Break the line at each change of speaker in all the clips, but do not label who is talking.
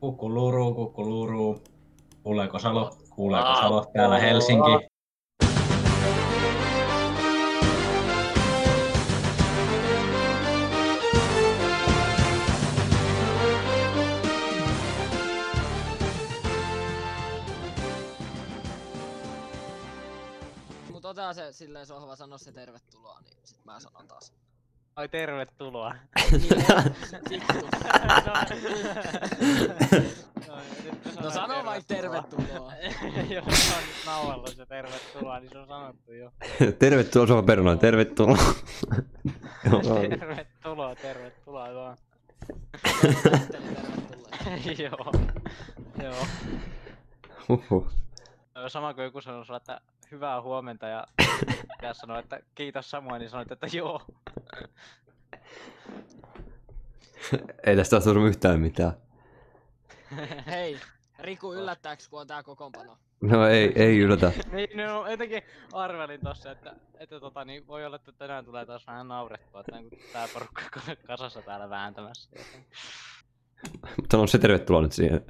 Kukuluru, kukuluru. Kuuleeko Salo? Kuuleeko
Aa,
Salo? Täällä
kuuluu.
Helsinki.
Mut otetaan se silleen sohva, sano se tervetuloa, niin sit mä sanon taas.
Oi tervetuloa.
Vittu.
No, nyt mä
No
sanon
sano vaikka tervetuloa.
Jos se on nyt nauhalla se tervetuloa, niin se on sanottu jo.
Tervetuloa Suohan Perunoon, tervetuloa. Joo,
Tervetuloa, tervetuloa vaan.
Tervetuloa, tervetuloa.
Joo. Joo.
Huhhuh.
No, Sama kuin joku sanoi sulle, että hyvää huomenta ja pitää sanoa, että kiitos samoin, niin sanoit, että joo.
Ei tästä olisi tullut yhtään mitään.
Hei, Riku yllättääks kun on tää kokoonpano?
No ei, ei yllätä.
Niin, no jotenkin arvelin tossa, että, että tota, niin voi olla, että tänään tulee taas vähän naurettua, että kun tää porukka on kasassa täällä vääntämässä.
Mutta on se tervetuloa nyt siihen.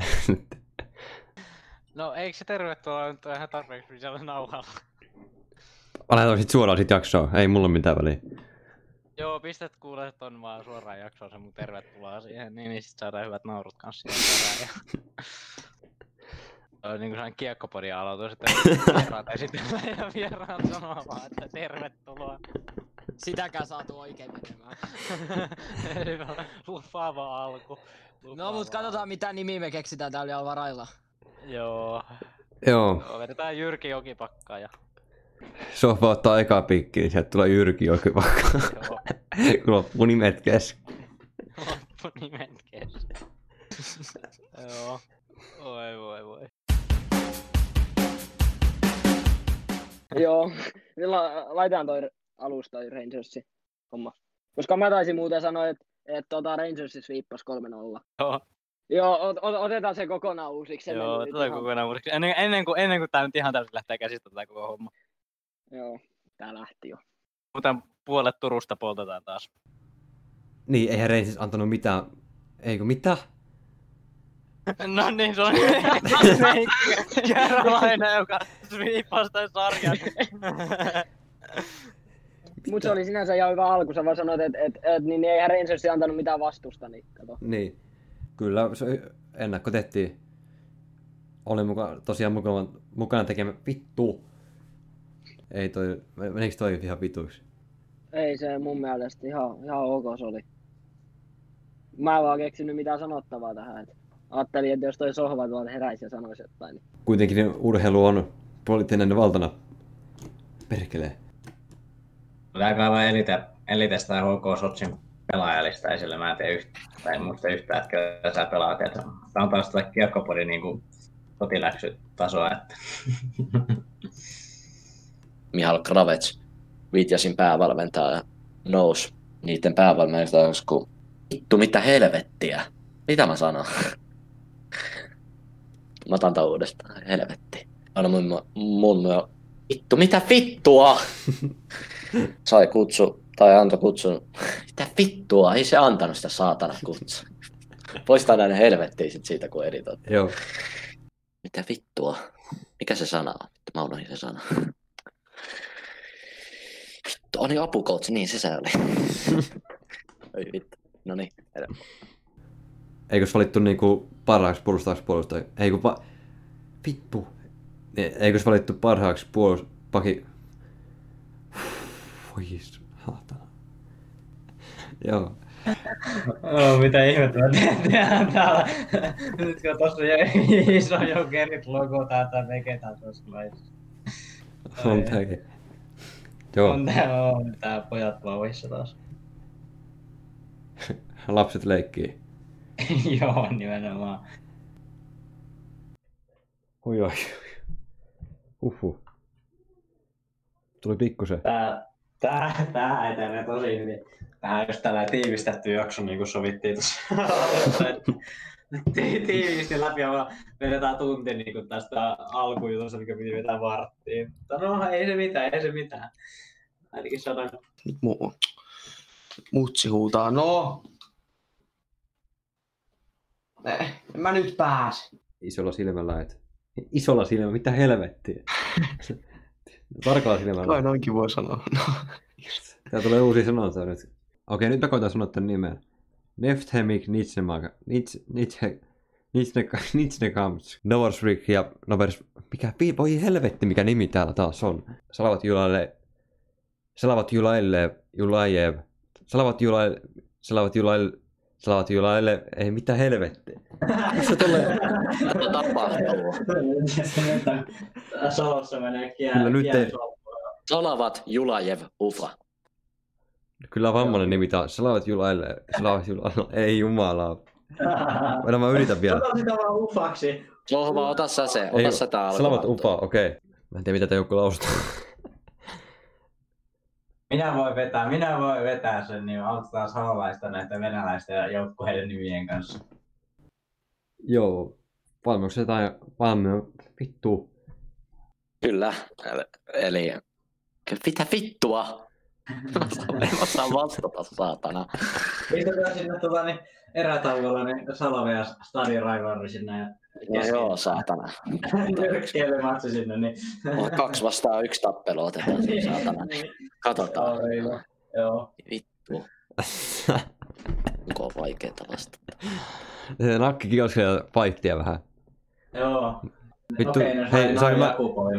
No eikö se tervetuloa nyt ole ihan tarpeeksi siellä nauhalla?
Lähdetään sit suoraan sit jaksoon, ei mulla ole mitään väliä.
Joo, pistät kuulet ton vaan suoraan jaksoon se mun tervetuloa siihen, niin, niin sit saadaan hyvät naurut kans siihen perään. Ja... Se on niinku sellainen kiekkopodin aloitus, että vieraat esitellään ja vieraat sanoo vaan, että tervetuloa.
Sitäkään saatu oikein menemään.
Hyvä, lupaava alku.
No mut
lupaava
katsotaan mitä nimi me keksitään täällä vielä varailla.
alku. Joo.
Joo,
Joo, vedetään Jyrki Jokipakkaa ja
Sohva ottaa eka pikki, niin sieltä tulee Jyrki joku vaikka.
joo,
Kun loppuu nimet kesken.
loppunimet kesken. joo. Voi voi voi.
Joo, niin la- laitetaan toi alusta toi Rangersin homma. Koska mä taisin muuten sanoa, että et, tota Rangersis viippas 3-0.
Joo.
Joo, ot- ot- otetaan se kokonaan uusiksi. ennen
Joo,
kuin nyt
tätä
ihan-
kokonaan uusiksi. Ennen, ennen, kuin, ennen kuin tää nyt ihan täysin lähtee käsistä tätä koko homma.
Joo, tää lähti jo.
Muuten puolet Turusta poltetaan taas.
Niin, eihän Rein siis antanut mitään. Eikö mitä?
no niin, se on kerralainen, joka viippasi tämän sarjan.
Mut se oli sinänsä ihan hyvä alku, sä vaan sanoit, että et, et, niin eihän Rangers antanut mitään vastusta, niin kato.
Niin. Kyllä, se ennakko tehtiin. Oli muka, tosiaan mukana, mukana tekemä... Vittu! Ei toi... Menikö toi ihan vituiksi?
Ei se mun mielestä ihan, ihan ok se oli. Mä en vaan keksinyt mitään sanottavaa tähän. Et. Ajattelin, että jos toi sohva tuolta heräisi ja sanoisi jotain, niin
Kuitenkin ne urheilu on poliittinen valtana. Perkelee.
Läpäivä elite, elitestä HK Sotsin pelaajalista esille. Mä en tiedä yhtään, tai en muista yhtään, että kyllä sä pelaat. Et Tää on taas tätä kiekkopodin niin kuin kotiläksytasoa. Että.
Mihal Kravets, Vitjasin päävalmentaja, nous niiden päävalmentajaksi, kun vittu mitä helvettiä. Mitä mä sanon? mä otan tää uudestaan, helvetti. Aina mun, mun, mun vittu mitä vittua! Sai kutsu, tai antoi kutsun. Mitä vittua, ei se antanut sitä saatana kutsua. Poistaa näin helvettiin sit siitä, kun editoit.
Joo.
Mitä vittua? Mikä se sana on? Vittu, Mä unohdin sen sana. Vittu, oli apukoutsi, niin se se oli. Oi vittu. No niin.
Eikös valittu niinku parhaaksi puolustajaksi puolustaja? Ei kun pa... Vittu. E- Eikös valittu parhaaksi puolust... Paki... Voi Jeesus, saatana. Joo.
Oh, mitä ihmettä mä tehdään täällä. Nyt kun tossa jo iso jokerit logo täältä vegetään tuossa laissa.
On
Ai.
tääkin. Joo,
On tää, on tää pojat vauhissa taas.
lapset leikkii.
Joo, nimenomaan.
Oi oi.
Uhuh.
Uhu. Tuli pikkusen.
Tää, tää, tää etenee tosi hyvin. Tää on just tällä tiivistetty jakso, niin kuin sovittiin tuossa. Ti- Tiivisti läpi ja vaan vedetään tunti niin kuin tästä alkujutusta, mikä piti vetää varttiin. Mutta no, ei se mitään, ei se mitään. Ainakin saadaan
Mu- mutsi huutaa, no! Eh, En mä nyt pääs.
Isolla silmällä, et. Isolla silmällä, mitä helvettiä? Tarkalla silmällä.
noinkin voi sanoa.
Tää tulee uusi sanonta nyt. Okei, nyt mä koitan sanoa tämän nimen. Nefthemik Nitsnemaga. Nits... Nitse... Nitsneka... Nitsnekamts. Novorsvik ja Novers... Mikä... vi- Voi helvetti, mikä nimi täällä taas on. Salavat Julaille... Salavat Julaille... Julajev. Salavat Julaille... Salavat Julaille... Salavat Julaille... Ei mitä helvettiä. Missä tulee?
Mitä tapahtuu?
Solossa menee kiel,
Kyllä nyt ei-
Salavat Julajev Ufa.
Kyllä vammainen nimi taas. Salavat Julaille... Salavat Julaille... Ei jumalaa. Mä, mä yritän vielä.
Ota sitä vaan ufaksi.
Sohva, ota sä se.
Ei,
Ota sä tää
Salavat
alkuvaihto.
upa, okei. Mä en tiedä mitä tää joku lausuu.
Minä voin vetää, minä voin vetää sen, niin autetaan salolaista näitä venäläisten joukkueiden nimien kanssa.
Joo, valmiuksia tai valmiu... Vittu.
Kyllä. Eli... Mitä vittua? En osaa vastata, saatana.
Pistetään sinne tota, niin, erätauolla niin Salove ja Stadion Raivarri sinne ja
No joo, saatana.
nyrkkeilymatsi sinne, niin
Mulla on kaksi vastaan yksi tappelu otetaan siinä, saatana. Katsotaan,
Joo, joo. joo.
onko on vaikeeta vastata.
Se nakki kioskeja paittia vähän.
Joo.
Vittu,
Okei, no,
hei, saanko mä,
mä...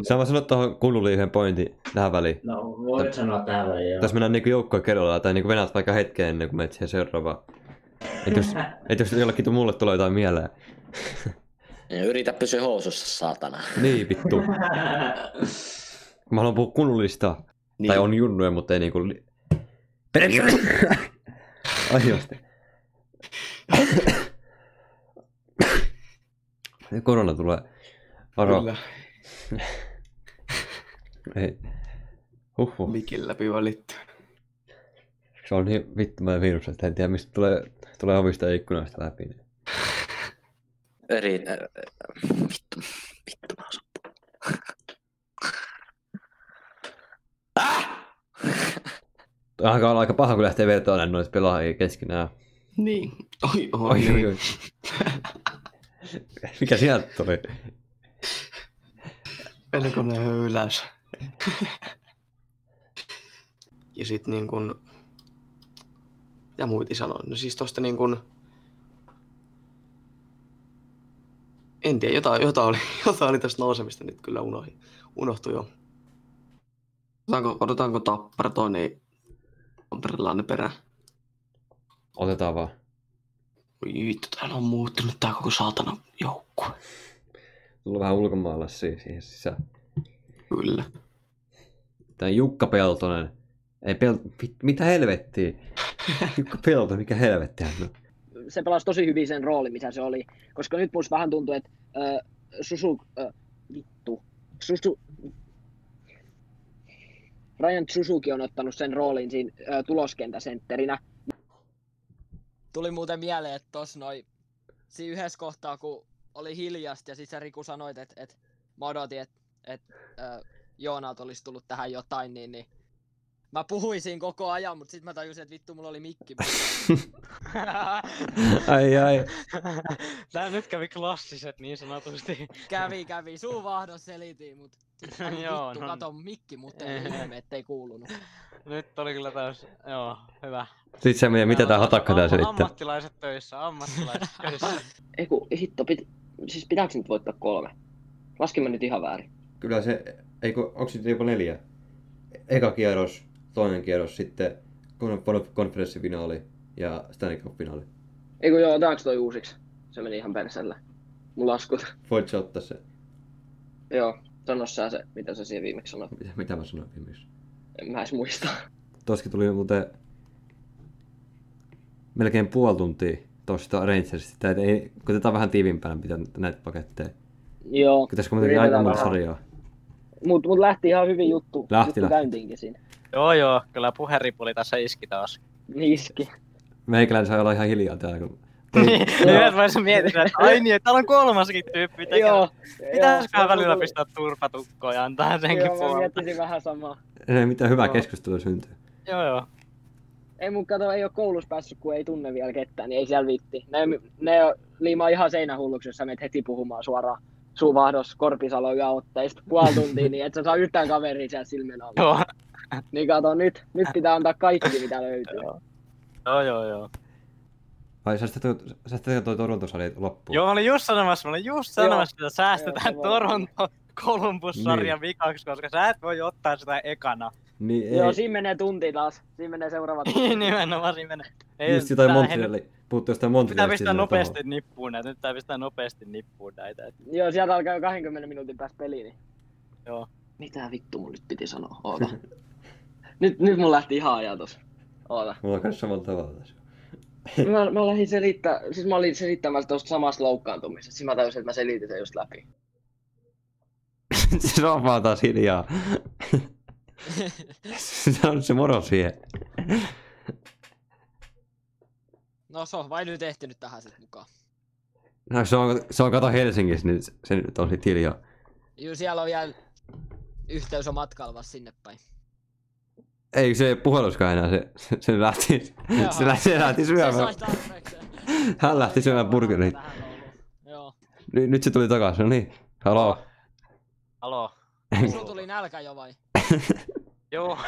saanko mä sanoa tuohon kullulle yhden pointin tähän väliin?
No, voit sanoa tähän väliin, joo.
Tässä mennään niinku joukkoa kerrallaan tai niinku venät vaikka hetken ennen kuin menet siihen seuraavaan. Et jos, et jos jollekin tu- mulle tulee jotain mieleen.
Ja Yritä pysyä housussa, saatana.
Niin vittu. Kun Mä haluan puhua kunnollista. Niin. Tai on junnuja, mutta ei niinku... Li... Perkele! Ai just. Korona tulee. Varo.
Kyllä,
Ei. Huhhuh.
mikin läpi valittu.
Se on niin vittumainen virus, että en tiedä mistä tulee, tulee ovista ja ikkunoista läpi. niin-
Yritä... Vittu, vittu mä osun. Äh!
Aika on aika paha, kun lähtee vetoamaan noita pelaajia keskenään.
Niin. Oi,
Oi,
oi,
oi,
niin.
oi. Mikä sieltä tuli?
Pelkonen höyläys. ja sit niin kun... Mitä muiti sanoi? No siis tosta niin kun... En tiedä, jotain, jotain oli, jotain oli tästä nousemista nyt kyllä unohi, unohtui jo. Odotanko, odotanko tappara niin toinen Tamperelainen perä?
Otetaan vaan.
Oi vittu, täällä on muuttunut tää koko saatana joukkue.
Tullut vähän ulkomaalaisia siihen sisään.
Kyllä.
Tämä Jukka Peltonen. Ei pel... mit- Mitä helvettiä? Jukka Peltonen, mikä helvettiä hän on?
se pelasi tosi hyvin sen roolin, mitä se oli. Koska nyt musta vähän tuntuu, että äh, Susu... Äh, vittu. Susu... Ryan Susuki on ottanut sen roolin siinä äh, tuloskentäsentterinä.
Tuli muuten mieleen, että tos noi... Siinä yhdessä kohtaa, kun oli hiljasta ja sit sä Riku sanoit, että et, mä odotin, että et, äh, Joonalta olisi tullut tähän jotain, niin, niin Mä puhuisin koko ajan, mutta sit mä tajusin, että vittu mulla oli mikki.
Ai ai.
Tää nyt kävi klassiset niin sanotusti.
kävi, kävi, suun vahdon selitin, mut sit mä
Joo,
vittu
no.
katon mikki, mutta ei ihme, ettei kuulunut.
Nyt oli kyllä täys, joo, hyvä.
Sitten se menee, mitä
Tää
tää
on
hatakka tää
am-
selittää.
Ammattilaiset töissä, ammattilaiset töissä.
Eiku, hitto, pit... siis pitääkö nyt voittaa kolme? Laskin mä nyt ihan väärin.
Kyllä se, eikö, onko sitten jopa neljä? Eka kierros, toinen kierros, sitten konf- konferenssifinaali ja Stanley Cup-finaali.
Eiku joo, otetaanko toi uusiksi? Se meni ihan persellä. Mun laskut.
Voit sä ottaa se,
joo, sano sä se, mitä sä siihen viimeksi sanoit.
mitä, mitä mä sanoin viimeksi?
En mä edes muista.
Toskin tuli muuten melkein puoli tuntia tosta Rangersista, et ei, koitetaan vähän tiivimpänä pitää näitä paketteja.
joo.
Kun tässä
Niin,
kuitenkin
no
aika
Yritetään
monta
vähän.
sarjaa.
Mut, mut lähti ihan hyvin juttu.
Lähti,
juttu
lähti.
käyntiinkin siinä.
joo joo, kyllä puheripuli tässä iski taas.
Niin iski.
Meikäläinen saa olla ihan hiljaa täällä, kun Niin.
Nyt mä mietin, että ai niin, että täällä on kolmaskin tyyppi. mitä-
Joo.
Pitäisiköhän
joo,
välillä
mä-
pistää turpatukkoon ja antaa senkin
Joo, mä
puolelle.
miettisin vähän samaa.
ei mitään hyvää
Niin. Joo.
keskustelua syntyy.
Joo joo.
Ei mun kato, ei oo koulussa päässyt, kun ei tunne vielä ketään, niin ei siellä viitti. Ne, ne on- liimaa ihan seinähulluksi, jos sä menet heti puhumaan suoraan suvahdos Korpisalo yöotteista puoli tuntia, niin et sä saa yhtään kaveria siellä silmien alla.
Joo,
Niin kato, nyt, nyt pitää antaa kaikki, mitä löytyy.
joo, joo. joo.
Ai sä sitten tuot- sä sitten toi Torontosali loppuun.
Joo, mä olin just sanomassa, mä olin just
Joo.
sanomassa, että säästetään
Joo, se voi olla.
Toronto Columbus-sarjan vikaksi, koska sä et voi ottaa sitä ekana.
Niin ei.
Joo, siinä menee tunti taas. Siinä menee seuraava tunti.
Niin, Nimenomaan siinä menee. Ei,
Just jotain
tää-
Montreali. Puhuttu jostain
Nyt pitää
Montrealista.
pistää
sinne
nopeasti
tuohon.
nippuun näitä, nyt pitää pistää nopeasti nippuun näitä. Et,
Joo, sieltä alkaa jo 20 minuutin päästä peli, niin...
Joo.
Mitä vittu mun nyt piti sanoa? Oota. nyt, nyt mun lähti ihan ajatus. Oota.
Mulla on kanssa samalla tavalla tässä.
Mä, mä lähdin selittää, siis mä olin selittämässä tuosta samasta loukkaantumisesta. Siinä mä tajusin, että mä selitin sen just läpi.
se on vaan taas hiljaa. se on se moro siihen.
No se on vain nyt ehtinyt tähän sitten mukaan.
No, se on, se on kato Helsingissä, niin se- se nyt on sit hiljaa.
Juu, siellä on vielä yhteys on matkalla vasta sinne päin.
Ei se puheluskaan enää, se, se, se lähti, se, lähti, se lähti syömään.
Se sai tarpeekseen.
Hän lähti syömään burgerit.
Tähän kouluun. Joo.
Nyt, nyt se tuli takaisin, no niin. Halo.
Alo.
Sulla tuli nälkä jo vai?
Joo.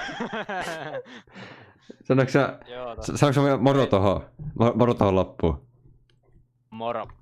Sanoitko sä,
Joo, tos-
sa- saanko sä vielä moro tohon? Mo- Moro tohon loppuun.
moro.